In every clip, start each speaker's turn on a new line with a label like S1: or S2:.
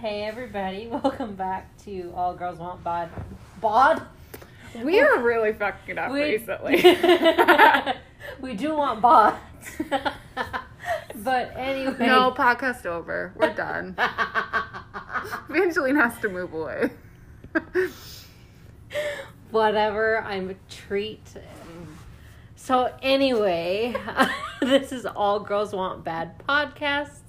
S1: Hey everybody, welcome back to All Girls Want Bod. Bod?
S2: We are really fucking it up recently.
S1: we do want bods. but anyway.
S2: no, podcast over. We're done. Evangeline has to move away.
S1: Whatever, I'm a treat. So anyway, this is All Girls Want Bad Podcasts.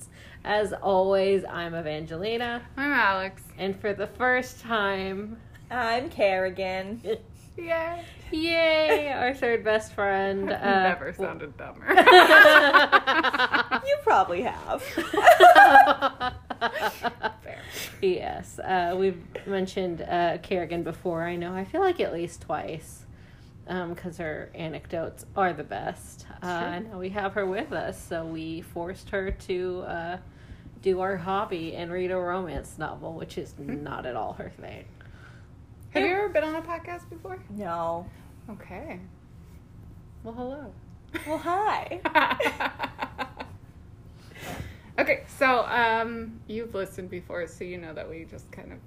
S1: As always, I'm Evangelina.
S2: I'm Alex.
S1: And for the first time,
S3: I'm Kerrigan.
S2: Yay.
S1: yay, our third best friend.
S2: I've
S1: uh,
S2: never sounded dumber.
S3: You probably have.
S1: yes, uh, we've mentioned uh, Kerrigan before. I know. I feel like at least twice because her anecdotes are the best. Uh, and now we have her with us, so we forced her to uh, do our hobby and read a romance novel, which is not at all her thing.
S2: Have you ever been on a podcast before?
S3: No.
S2: Okay.
S1: Well, hello.
S3: Well, hi.
S2: okay, so um, you've listened before, so you know that we just kind of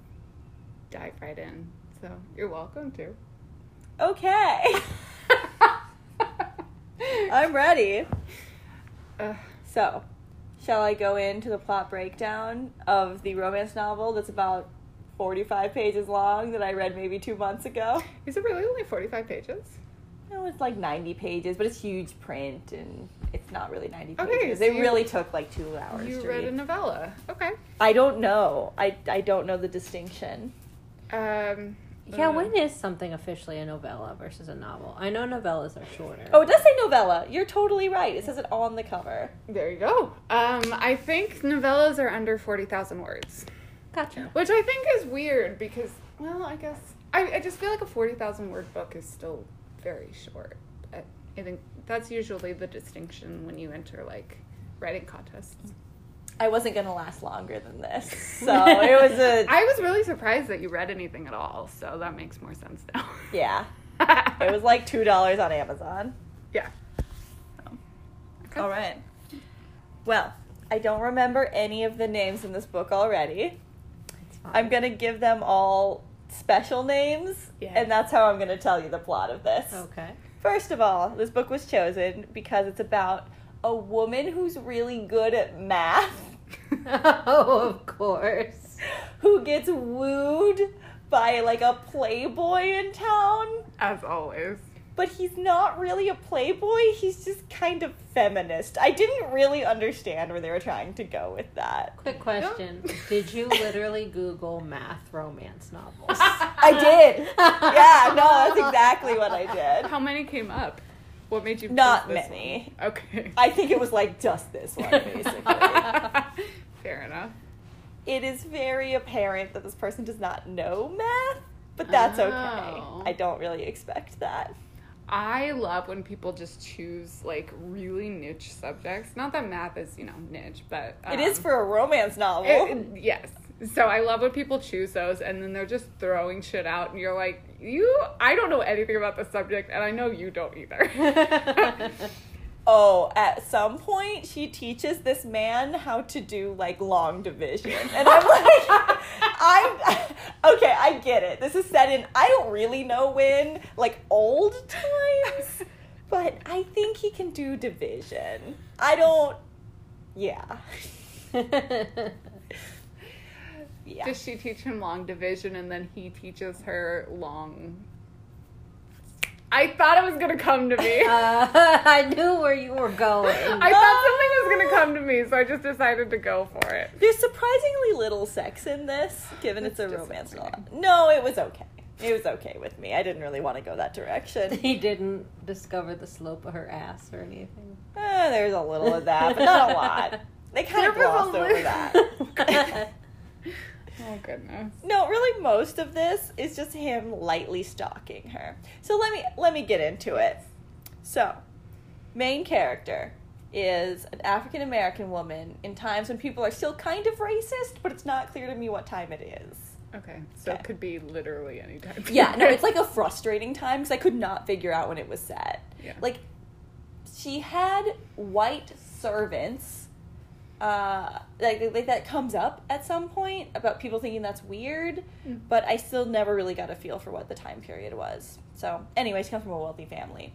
S2: dive right in. So you're welcome to.
S3: Okay. I'm ready.
S2: Ugh.
S3: So, shall I go into the plot breakdown of the romance novel that's about 45 pages long that I read maybe two months ago?
S2: Is it really only 45 pages?
S3: No, it's like 90 pages, but it's huge print and it's not really 90
S2: Okay,
S3: pages.
S2: so
S3: it
S2: you-
S3: really took like two hours
S2: You
S3: to
S2: read
S3: read.
S2: a novella. Okay.
S3: I don't know. I, I don't know the distinction.
S2: Um,
S1: Yeah,
S2: uh,
S1: when is something officially a novella versus a novel? I know novellas are shorter.
S3: Oh, it does say novella. You're totally right. It says it on the cover.
S2: There you go. Um, I think novellas are under 40,000 words,
S1: gotcha.
S2: which I think is weird because, well, I guess, I, I just feel like a 40,000 word book is still very short. I, I think that's usually the distinction when you enter like writing contests.
S3: I wasn't gonna last longer than this, so it was a
S2: I was really surprised that you read anything at all, so that makes more sense now.
S3: yeah. It was like two dollars on Amazon.
S2: yeah. Okay.
S3: All right. Well, I don't remember any of the names in this book already.
S1: It's fine.
S3: I'm gonna give them all special names,
S2: Yeah.
S3: and that's how I'm gonna tell you the plot of this.
S1: Okay.
S3: First of all, this book was chosen because it's about a woman who's really good at math.
S1: oh, of course.
S3: who gets wooed by like a playboy in town,
S2: As always.
S3: but he's not really a playboy, he's just kind of feminist. I didn't really understand where they were trying to go with that.
S1: Quick question. Did you literally Google math romance novels?
S3: I did. Yeah, no, that's exactly what I did.
S2: How many came up? What made you?
S3: Not
S2: choose this
S3: many.
S2: one? Okay.
S3: I think it was like just this one basically.
S2: Fair enough.
S3: it is very apparent that this person does not know math, but that's
S2: Oh.
S3: okay. I don't really expect that.
S2: I love when people just choose like really niche subjects. Not that math is, you know, niche, but
S3: it is
S2: um,
S3: for a romance novel.
S2: it- it- yes. So I love when people choose those and then they're just throwing shit out and you're like, "You I don't know anything about the subject and I know you don't either."
S3: oh, at some point she teaches this man how to do like long division. And I'm like, I'm okay, I get it. This is set in, I don't really know when, like old times, but I think he can do division. I don't, yeah. Yeah.
S2: Does she teach him long division and then he teaches her long I thought it was going to come to me.
S1: Uh, I knew where you were going.
S2: I thought something was gonna come to me, so I just decided to go for it.
S3: There's surprisingly little sex in this, given it's a
S2: That's
S3: romance novel.
S2: disappointing.
S3: No, it was okay. It was okay with me. I didn't really want to go that direction.
S1: He didn't discover the slope of her ass or anything.
S3: Uh, there's a little of that, but not a lot. They kind of
S2: There was a
S3: glossed over
S2: little-
S3: that.
S2: Oh goodness.
S3: no, really, most of this is just him lightly stalking her. So let me let me get into it. So, main character is an African American woman in times when people are still kind of racist, but it's not clear to me what time it is.
S2: Okay, so
S3: Okay.
S2: it could be literally any time.
S3: Yeah, no, it's like a frustrating time because I could not figure out when it was set.
S2: Yeah.
S3: Like, she had white servants uh, like, like that comes up at some point about people thinking that's weird,
S2: Mm.
S3: but I still never really got a feel for what the time period was. So, anyway, she comes from a wealthy family.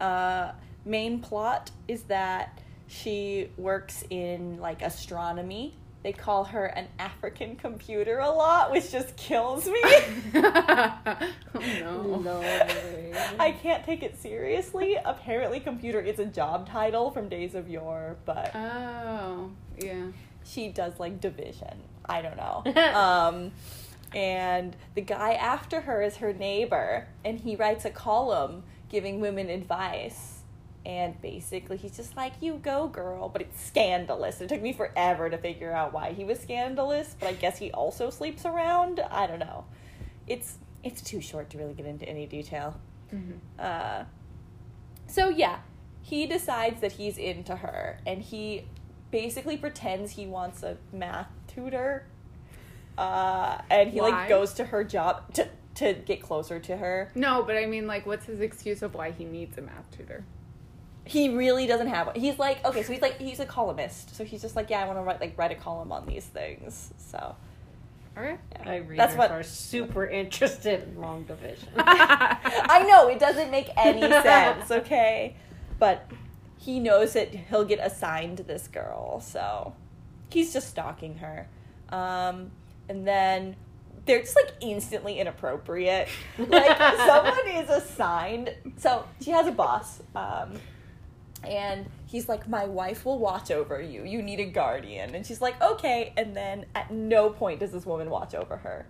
S3: Uh, main plot is that she works in like astronomy. They call her an African computer a lot, which just kills me.
S2: oh no.
S1: Lord.
S3: I can't take it seriously. Apparently, computer is a job title from Days of Yore, but
S2: Oh yeah.
S3: she does like division. I don't know. um, and the guy after her is her neighbor, and he writes a column giving women advice. And basically, he's just like, "You go, girl," but it's scandalous. It took me forever to figure out why he was scandalous, but I guess he also sleeps around. I don't know. It's it's too short to really get into any detail.
S2: Mhm.
S3: Uh, so yeah, he decides that he's into her, and he basically pretends he wants a math tutor, uh, and he
S2: Why?
S3: like goes to her job to to get closer to her.
S2: No, but I mean, like, what's his excuse of why he needs a math tutor?
S3: He really doesn't have one. He's like okay, so he's like he's a columnist, so he's just like yeah, I want to write like write a column on these things. So
S2: All right.
S3: yeah.
S1: My readers
S3: that's what
S1: are super interested in long division.
S3: I know it doesn't make any sense, okay? But he knows that he'll get assigned this girl, so he's just stalking her. Um, and then they're just like instantly inappropriate. Like someone is assigned, so she has a boss, um, and he's like, "My wife will watch over you. You need a guardian." And she's like, "Okay." And then at no point does this woman watch over her.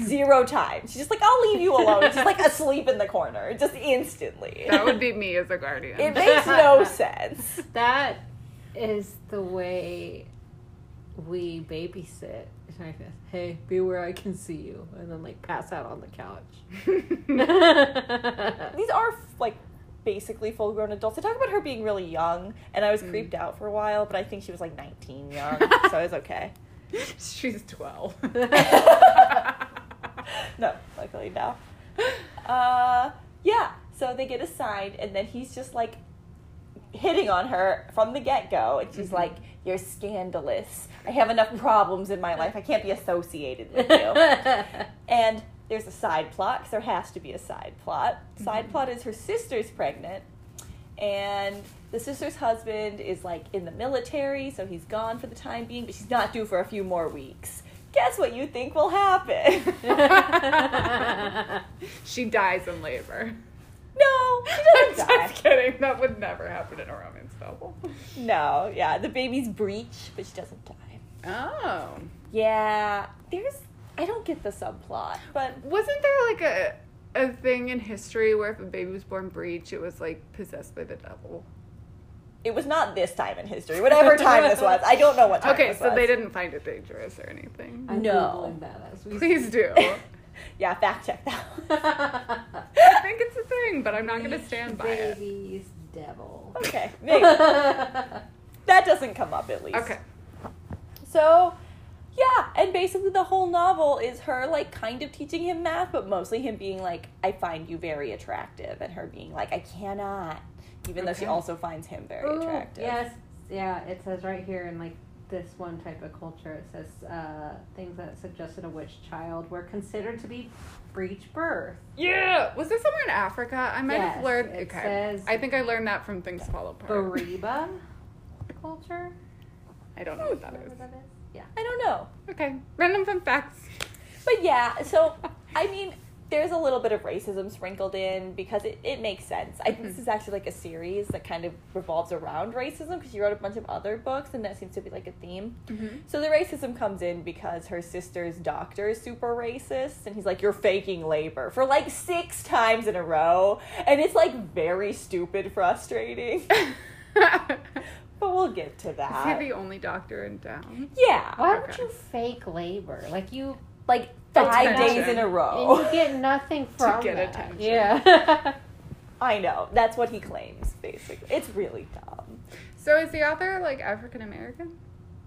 S3: Zero time. She's just like, I'll leave you alone. She's like asleep in the corner, just instantly.
S2: That would be me as a guardian.
S3: It makes no sense.
S1: That is the way we babysit. Hey, be where I can see you, and then like pass out on the couch.
S3: These are like basically full grown adults. They talk about her being really young, and I
S2: Mm.
S3: was creeped out for a while, but I think she was like 19 young, so it was okay.
S2: She's twelve.
S3: No, luckily no. Uh, yeah, so they get assigned, and then he's just like hitting on her from the get go, and
S2: Mm-hmm.
S3: she's like, You're scandalous. I have enough problems in my life. I can't be associated with you. And there's a side plot, 'cause there has to be a side plot.
S2: Mm-hmm.
S3: Side plot is her sister's pregnant, and the sister's husband is like in the military, so he's gone for the time being, but she's not due for a few more weeks. Guess what you think will happen?
S2: she dies in labor.
S3: no,
S2: I'm
S3: she doesn't die.
S2: just kidding. That would never happen in a romance novel.
S3: No, yeah, the baby's breech, but she doesn't die.
S2: Oh.
S3: Yeah, there's. I don't get the subplot, but
S2: Wasn't there like a a thing in history where if a baby was born breech, it was like possessed by the devil?
S3: it was not this time in history. Whatever time this was, I don't know what time.
S2: Okay,
S3: this
S2: so
S3: was.
S2: they didn't find it dangerous or anything.
S1: I'm
S3: No.
S1: Googling that as we
S2: Please do.
S3: Yeah, fact check that.
S2: I think it's a thing, but I'm not gonna stand by it.
S1: Baby's devil.
S3: Okay, maybe. that doesn't come up at least.
S2: Okay.
S3: So, yeah, and basically the whole novel is her like kind of teaching him math, but mostly him being like, "I find you very attractive," and her being like, "I cannot," even though she
S2: Okay.
S3: also finds him very
S1: Ooh,
S3: attractive.
S1: Yes, yeah. It says right here in like this one type of culture, it says uh, things that suggested a witch child were considered to be breech birth.
S2: Yeah. Was this somewhere in Africa? I might
S1: Yes,
S2: have learned.
S1: it
S2: okay.
S1: says-
S2: I think I learned that from Things Fall Apart.
S1: Bariba culture.
S2: I don't know what that
S1: Is that
S2: is.
S1: what that is?
S3: I don't know,
S2: Okay. Random fun facts.
S3: but yeah. So, I mean, there's a little bit of racism sprinkled in because it, it makes sense. I think this is actually like a series that kind of revolves around racism because she wrote a bunch of other books, and that seems to be like a theme. So the racism comes in because her sister's doctor is super racist, and he's like, "You're faking labor" for like six times in a row, and it's like very stupid, frustrating. but we'll get to
S2: Is he
S3: that. Mm-hmm.
S2: the only doctor in town?
S3: Yeah,
S1: Why would
S2: Okay.
S1: you fake labor? Like you
S3: like five
S2: Attention.
S3: days in a
S1: and
S3: row.
S1: you get nothing from
S2: get
S1: that.
S2: attention.
S1: Yeah.
S3: I know that's what he claims. Basically, it's really dumb.
S2: So is the author like African American?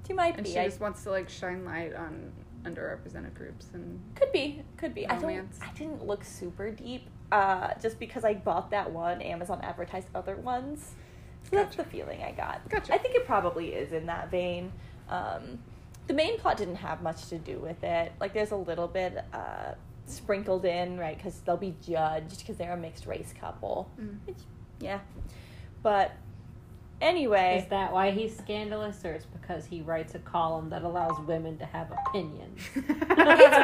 S3: She might
S2: And
S3: be.
S2: she
S3: I-
S2: just wants to like shine light on underrepresented groups and
S3: Could be, could be. I don't.
S2: Romance.
S3: I didn't look super deep, uh, just because I bought that one. Amazon advertised other ones, So that's
S2: Gotcha.
S3: the feeling I got.
S2: Gotcha.
S3: I think it probably is in that vein. Um, the main plot didn't have much to do with it. Like, there's a little bit uh, sprinkled in, right? Because they'll be judged because they're a mixed race couple.
S2: Mm.
S3: Which, yeah. But anyway.
S1: Is that why he's scandalous, or it's because he writes a column that allows women to have opinions?
S3: it's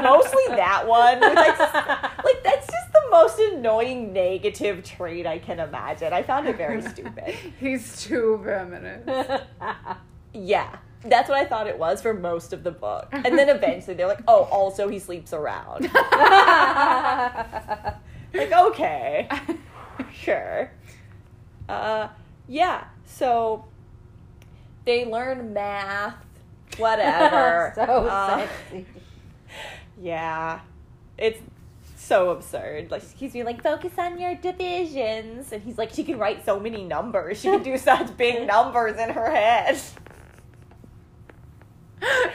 S3: mostly that one. Like, like, that's just the most annoying negative trait I can imagine. I found it very stupid.
S2: He's too feminine.
S3: Yeah. That's what I thought it was for most of the book. And then eventually they're like, oh, also he sleeps around. like, okay, sure. Uh, yeah, so they learn math, whatever.
S1: so
S3: Uh,
S1: sexy.
S3: Yeah. It's so absurd. Like he's being like, focus on your divisions and he's like, she can write so many numbers. She can do such big numbers in her head.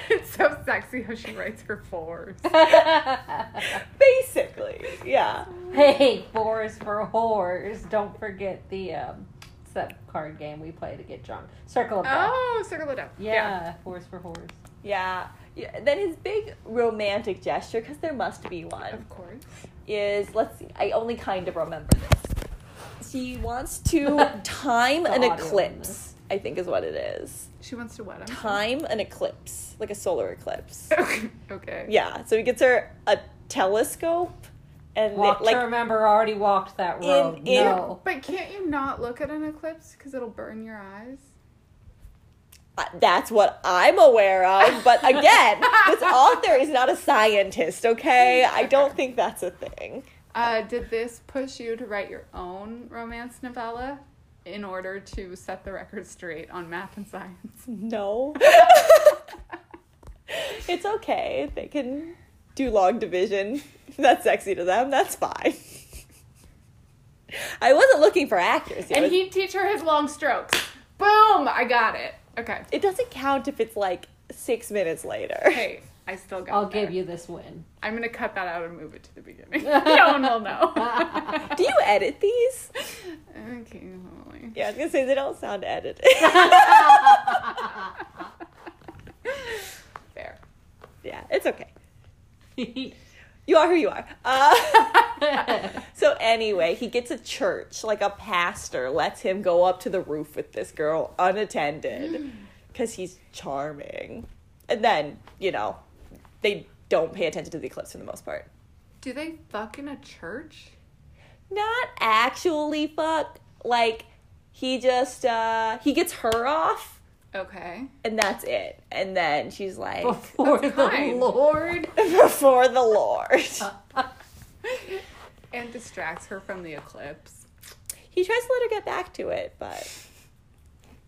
S2: it's so sexy how she writes her fours.
S3: Basically. Yeah.
S1: hey, fours for whores. Don't forget the um, it's that card game we play to get drunk. Circle of Death.
S2: Oh, circle it up.
S1: Yeah, fours for whores.
S3: Yeah. yeah. Then his big romantic gesture, because there must be
S2: Yeah,
S3: one,
S2: Of course.
S3: is let's see, I only kind of remember this. She wants to time
S1: The
S3: an
S1: audio on
S3: eclipse,
S1: this.
S3: I think is what it is.
S2: She wants to wet him.
S3: Time an eclipse, like a solar eclipse.
S2: okay.
S3: Yeah, so he gets her a telescope and they-
S1: Walk to
S3: like
S1: remember already walked that
S3: In-
S1: road.
S3: in-
S1: no.
S2: But can't you not look at an eclipse because it'll burn your eyes?
S3: I- that's what I'm aware of, but again, this author is not a scientist, okay? I don't think that's a thing.
S2: Uh, did this push you to write your own romance novella in order to set the record straight on math and science?
S3: No. it's okay. They can do long division. If that's sexy to them, that's fine. I wasn't looking for accuracy. I
S2: And
S3: was-
S2: he'd teach her his long strokes. Boom! I got it. Okay.
S3: it doesn't count if it's like six minutes later.
S2: Hey, I still got
S1: I'll
S2: there.
S1: give you this win.
S2: I'm gonna cut that out and move it to the beginning. no one will know.
S3: Do you edit these?
S2: okay, Holly.
S3: Yeah, I was gonna say they don't sound edited.
S2: Fair.
S3: yeah, it's okay. You are who you are. Uh, so anyway, he gets a church, like a pastor, lets him go up to the roof with this girl unattended, because he's charming. And then you know, they don't pay attention to the eclipse for the most part.
S2: Do they fuck in a church?
S3: Not actually, fuck. Like he just uh he gets her off,
S2: Okay.
S3: and that's it. And then she's like,
S1: Before
S2: That's
S1: the
S2: kind.
S1: Lord.
S3: before the Lord.
S2: And distracts her from the eclipse.
S3: He tries to let her get back to it, but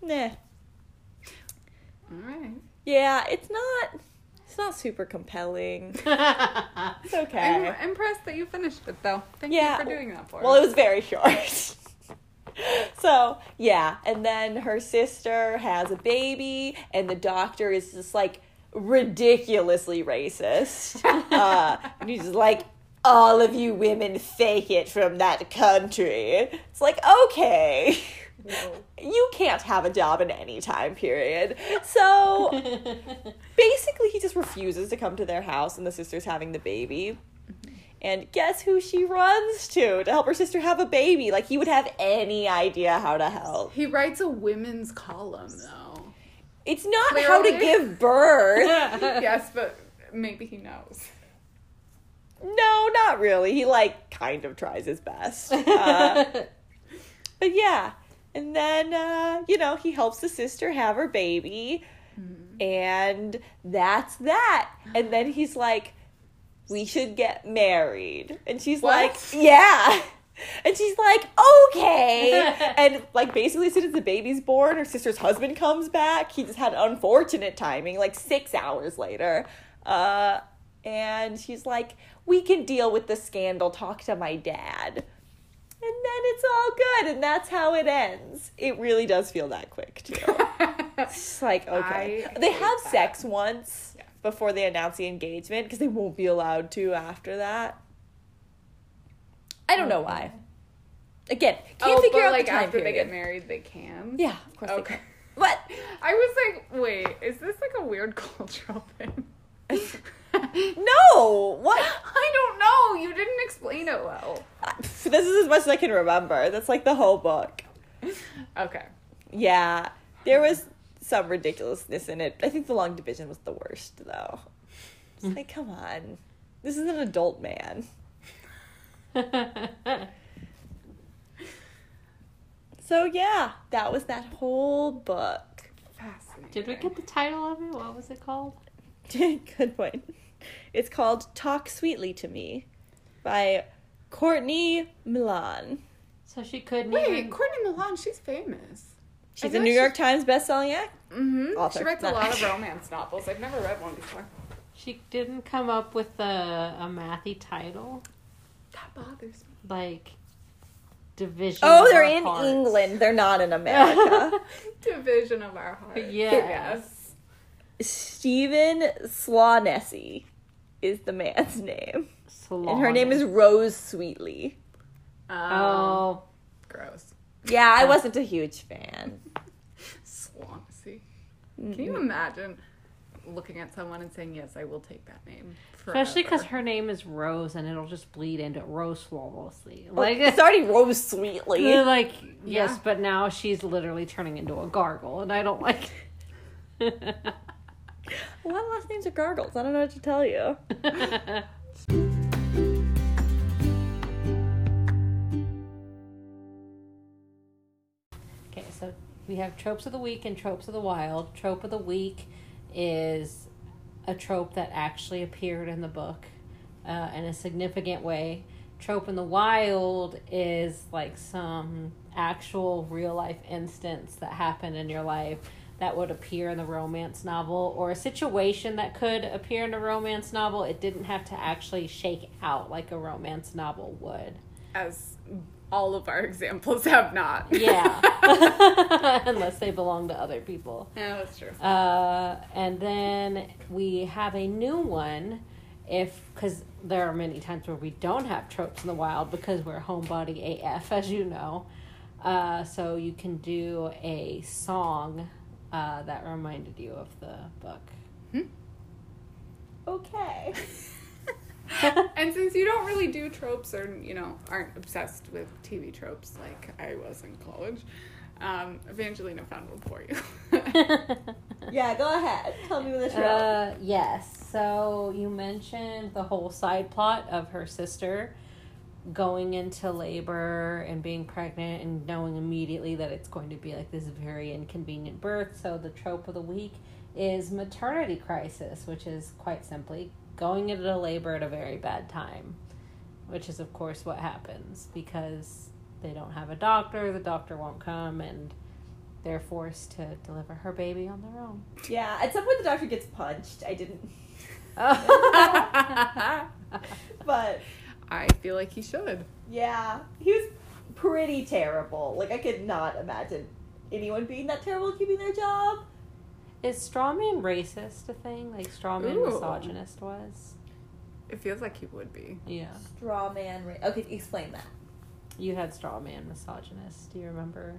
S3: nah.
S2: All right.
S3: Yeah, it's not it's not super compelling. It's okay.
S2: I'm impressed that you finished it though. Thank
S3: Yeah.
S2: you for doing that for
S3: Well,
S2: me.
S3: it was very short. so, yeah, and then her sister has a baby and the doctor is just like ridiculously racist. uh, and he's just like all of you women fake it from that country. It's like, okay. You can't have a job in any time period. So, basically he just refuses to come to their house and the sister's having the baby and guess who she runs to to help her sister have a baby like he would have any idea how to help
S2: He writes a women's column though.
S3: it's not how to
S2: Clearly.
S3: give birth
S2: yes, but maybe he knows.
S3: no not really he like kind of tries his best uh, but yeah and then uh, you know he helps the sister have her baby and that's that and then he's like we should get married and she's
S2: What?
S3: like yeah and she's like okay and like basically as soon as the baby's born her sister's husband comes back he just had unfortunate timing like six hours later uh, and she's like we can deal with the scandal talk to my dad and then it's all good and that's how it ends it really does feel that quick too it's like okay
S2: I
S3: they
S2: hate
S3: have
S2: that.
S3: sex once
S2: Yeah.
S3: before they announce the engagement because they won't be allowed to after that i don't know why Again, can't
S2: oh,
S3: figure
S2: but
S3: out
S2: like
S3: the time
S2: after
S3: period.
S2: they get married, they can.
S3: Yeah, of course they
S2: Okay.
S3: can. But
S2: I was like, wait, is this like a weird cultural thing?
S3: no, what?
S2: I don't know. You didn't explain it well.
S3: This is as much as I can remember. That's like the whole book.
S2: Okay.
S3: Yeah, there was some ridiculousness in it. I think the long division was the worst, though. It's like, come on, this is an adult man. So yeah, that was that whole book.
S2: Fascinating.
S1: Did we get the title of it? What was it called?
S3: Good point. It's called "Talk Sweetly to Me" by Courtney Milan.
S1: So she couldn't
S2: Wait,
S1: even.
S2: Courtney Milan, she's famous. feel
S3: She's a
S2: like
S3: New
S2: she's-
S3: York Times bestselling act.
S2: Mm-hmm.
S3: Author,
S2: She writes a
S3: not
S2: lot of
S3: actor.
S2: romance novels. I've never read one before.
S1: She didn't come up with a, a mathy title
S2: That bothers me.
S1: like division.
S3: Oh,
S1: of
S3: they're
S1: our
S3: in
S1: hearts.
S3: England. They're not in America.
S2: Division of our heart.
S1: Yes.
S3: Stephen Slawnessy is the man's name,
S1: Salon.
S3: and her name is Rose Sweetly.
S2: Um,
S1: Oh,
S2: Gross.
S3: Yeah, I wasn't a huge fan.
S2: Swansea. Can you imagine looking at someone and saying, yes, I will take that name? Forever.
S1: especially because her name is Rose, and it'll just bleed into Rose flawlessly. Like
S3: Like it's already Rose Sweetly.
S1: They're like yes,
S2: Yeah.
S1: but now she's literally turning into a gargle, and I don't like.
S3: A lot of last names are gargles. I don't know what to tell you.
S1: Okay, so we have tropes of the week and tropes of the wild. Trope of the week is a trope that actually appeared in the book uh, in a significant way. Trope in the wild is like some actual real life instance that happened in your life that would appear in the romance novel or a situation that could appear in a romance novel. It didn't have to actually shake out like a romance novel would.
S2: As all of our examples have not.
S1: Yeah. Unless they belong to other people.
S2: Yeah, that's true.
S1: Uh, and then we have a new one if because there are many times where we don't have tropes in the wild because we're homebody af as you know uh, so you can do a song uh, that reminded you of the book
S3: Okay.
S2: and since you don't really do tropes or you know aren't obsessed with TV tropes like I was in college, um, Evangelina found one for you.
S3: Yeah, go ahead. Tell me the trope.
S1: Uh, yes. So you mentioned the whole side plot of her sister going into labor and being pregnant and knowing immediately that it's going to be like this very inconvenient birth. So the trope of the week is maternity crisis, which is quite simply going into labor at a very bad time, which is of course what happens because they don't have a doctor, the doctor won't come and they're forced to deliver her baby on their own.
S3: yeah, at some point the doctor gets punched. I didn't, but
S2: I feel like he should.
S3: yeah, he was pretty terrible. Like I could not imagine anyone being that terrible at keeping their job.
S1: Is strawman racist a thing? Like strawman
S2: Ooh.
S1: misogynist was?
S2: It feels like he would be.
S1: Yeah.
S3: Straw man. Ra- okay, explain that.
S1: You had strawman misogynist. Do you remember?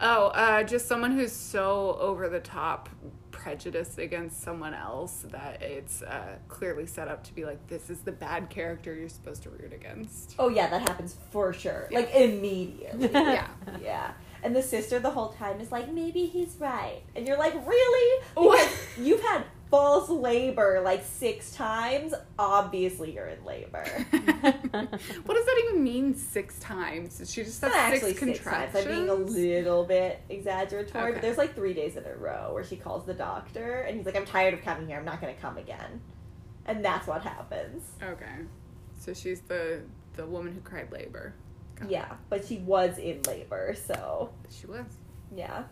S2: Oh, uh, just someone who's so over the top prejudiced against someone else that it's uh, clearly set up to be like this is the bad character you're supposed to root against.
S3: Oh yeah, that happens for sure. Like immediately.
S2: yeah.
S3: yeah. And the sister the whole time is like, maybe he's right. And you're like, really?
S2: What?
S3: Because you've had false labor like six times. Obviously, you're in labor.
S2: What does that even mean six times? Did she just
S3: Not
S2: have
S3: actually
S2: six
S3: six times. I'm
S2: contractions?
S3: being a little bit exaggeratory.
S2: Okay.
S3: But there's like three days in a row where she calls the doctor and he's like, I'm tired of coming here. I'm not going to come again. And that's what happens.
S2: Okay. So she's the the woman who cried labor. Got it.
S3: Yeah. But she was in labor, so.
S2: She was.
S3: Yeah.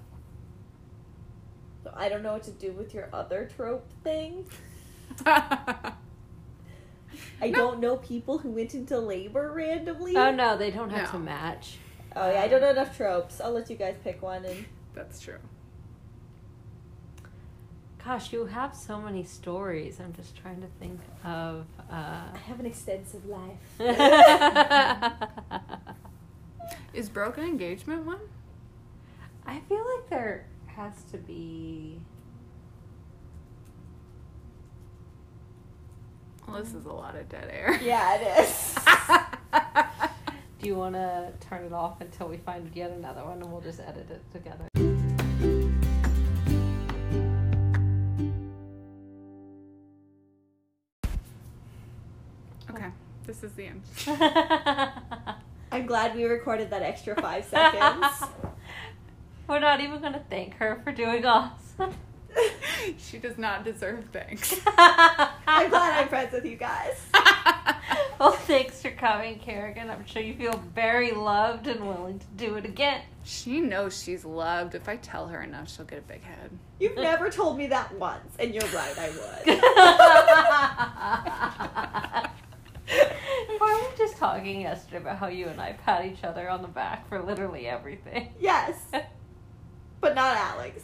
S3: So I don't know what to do with your other trope thing. I
S2: No.
S3: don't know people who went into labor randomly.
S1: Oh no, they don't have to
S2: No.
S1: match.
S3: Oh yeah, I don't know enough tropes. I'll let you guys pick one and
S2: That's true.
S1: Gosh, you have so many stories. I'm just trying to think of. uh,
S3: I have an extensive life.
S1: Uh...
S2: Is broken engagement one?
S1: I feel like there has to be.
S2: Well, this is a lot of dead air.
S3: Yeah, it is.
S1: Do you want to turn it off until we find yet another one and we'll just edit it together?
S2: okay, this is the end.
S3: I'm glad we recorded that extra five seconds.
S1: We're not even going to thank her for doing awesome.
S2: she does not deserve thanks.
S3: I'm glad I'm friends with you guys.
S1: Well, thanks for coming, Kerrigan. I'm sure you feel very loved and willing to do it again.
S2: she knows she's loved. If I tell her enough, she'll get a big head.
S3: You've never told me that once, and you're right, I would.
S1: we were just talking yesterday about how you and I pat each other on the back for literally everything.
S3: Yes. But not Alex.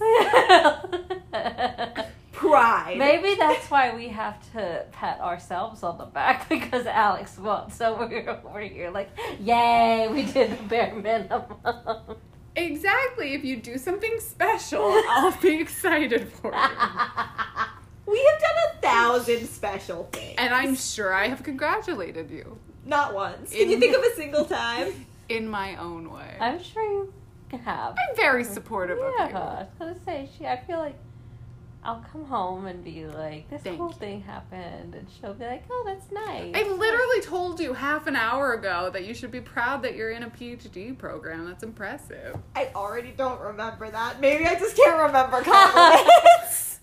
S3: Pride.
S1: Maybe that's why we have to pat ourselves on the back because Alex won't. So we're over here like, yay, we did the bare minimum.
S2: Exactly. If you do something special, I'll be excited for you.
S3: We have done a thousand special things.
S2: And I'm sure I have congratulated you
S3: Not once. Can you
S2: In-
S3: think of a single time?
S2: in my own way.
S1: I'm sure you have.
S2: I'm very supportive of you.
S1: Yeah, I was gonna say she. I feel like I'll come home and be like, this
S2: Thank
S1: whole
S2: you.
S1: thing happened, and she'll be like, oh, that's nice.
S2: I literally told you half an hour ago that you should be proud that you're in a PhD program. That's impressive.
S3: I already don't remember that. Maybe I just can't remember compliments.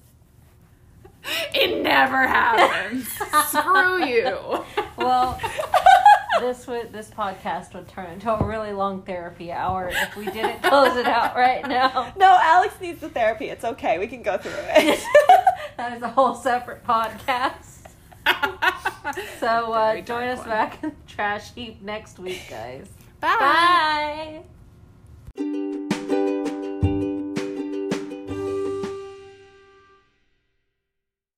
S2: It never happens. Screw you.
S1: Well, this would this podcast would turn into a really long therapy hour if we didn't close it out right now.
S3: no, Alex needs the therapy. It's okay. We can go through it.
S1: That is a whole separate podcast. So uh,
S2: Very dark
S1: join us
S2: one.
S1: back in the trash heap next week, guys.
S2: Bye.
S1: Bye.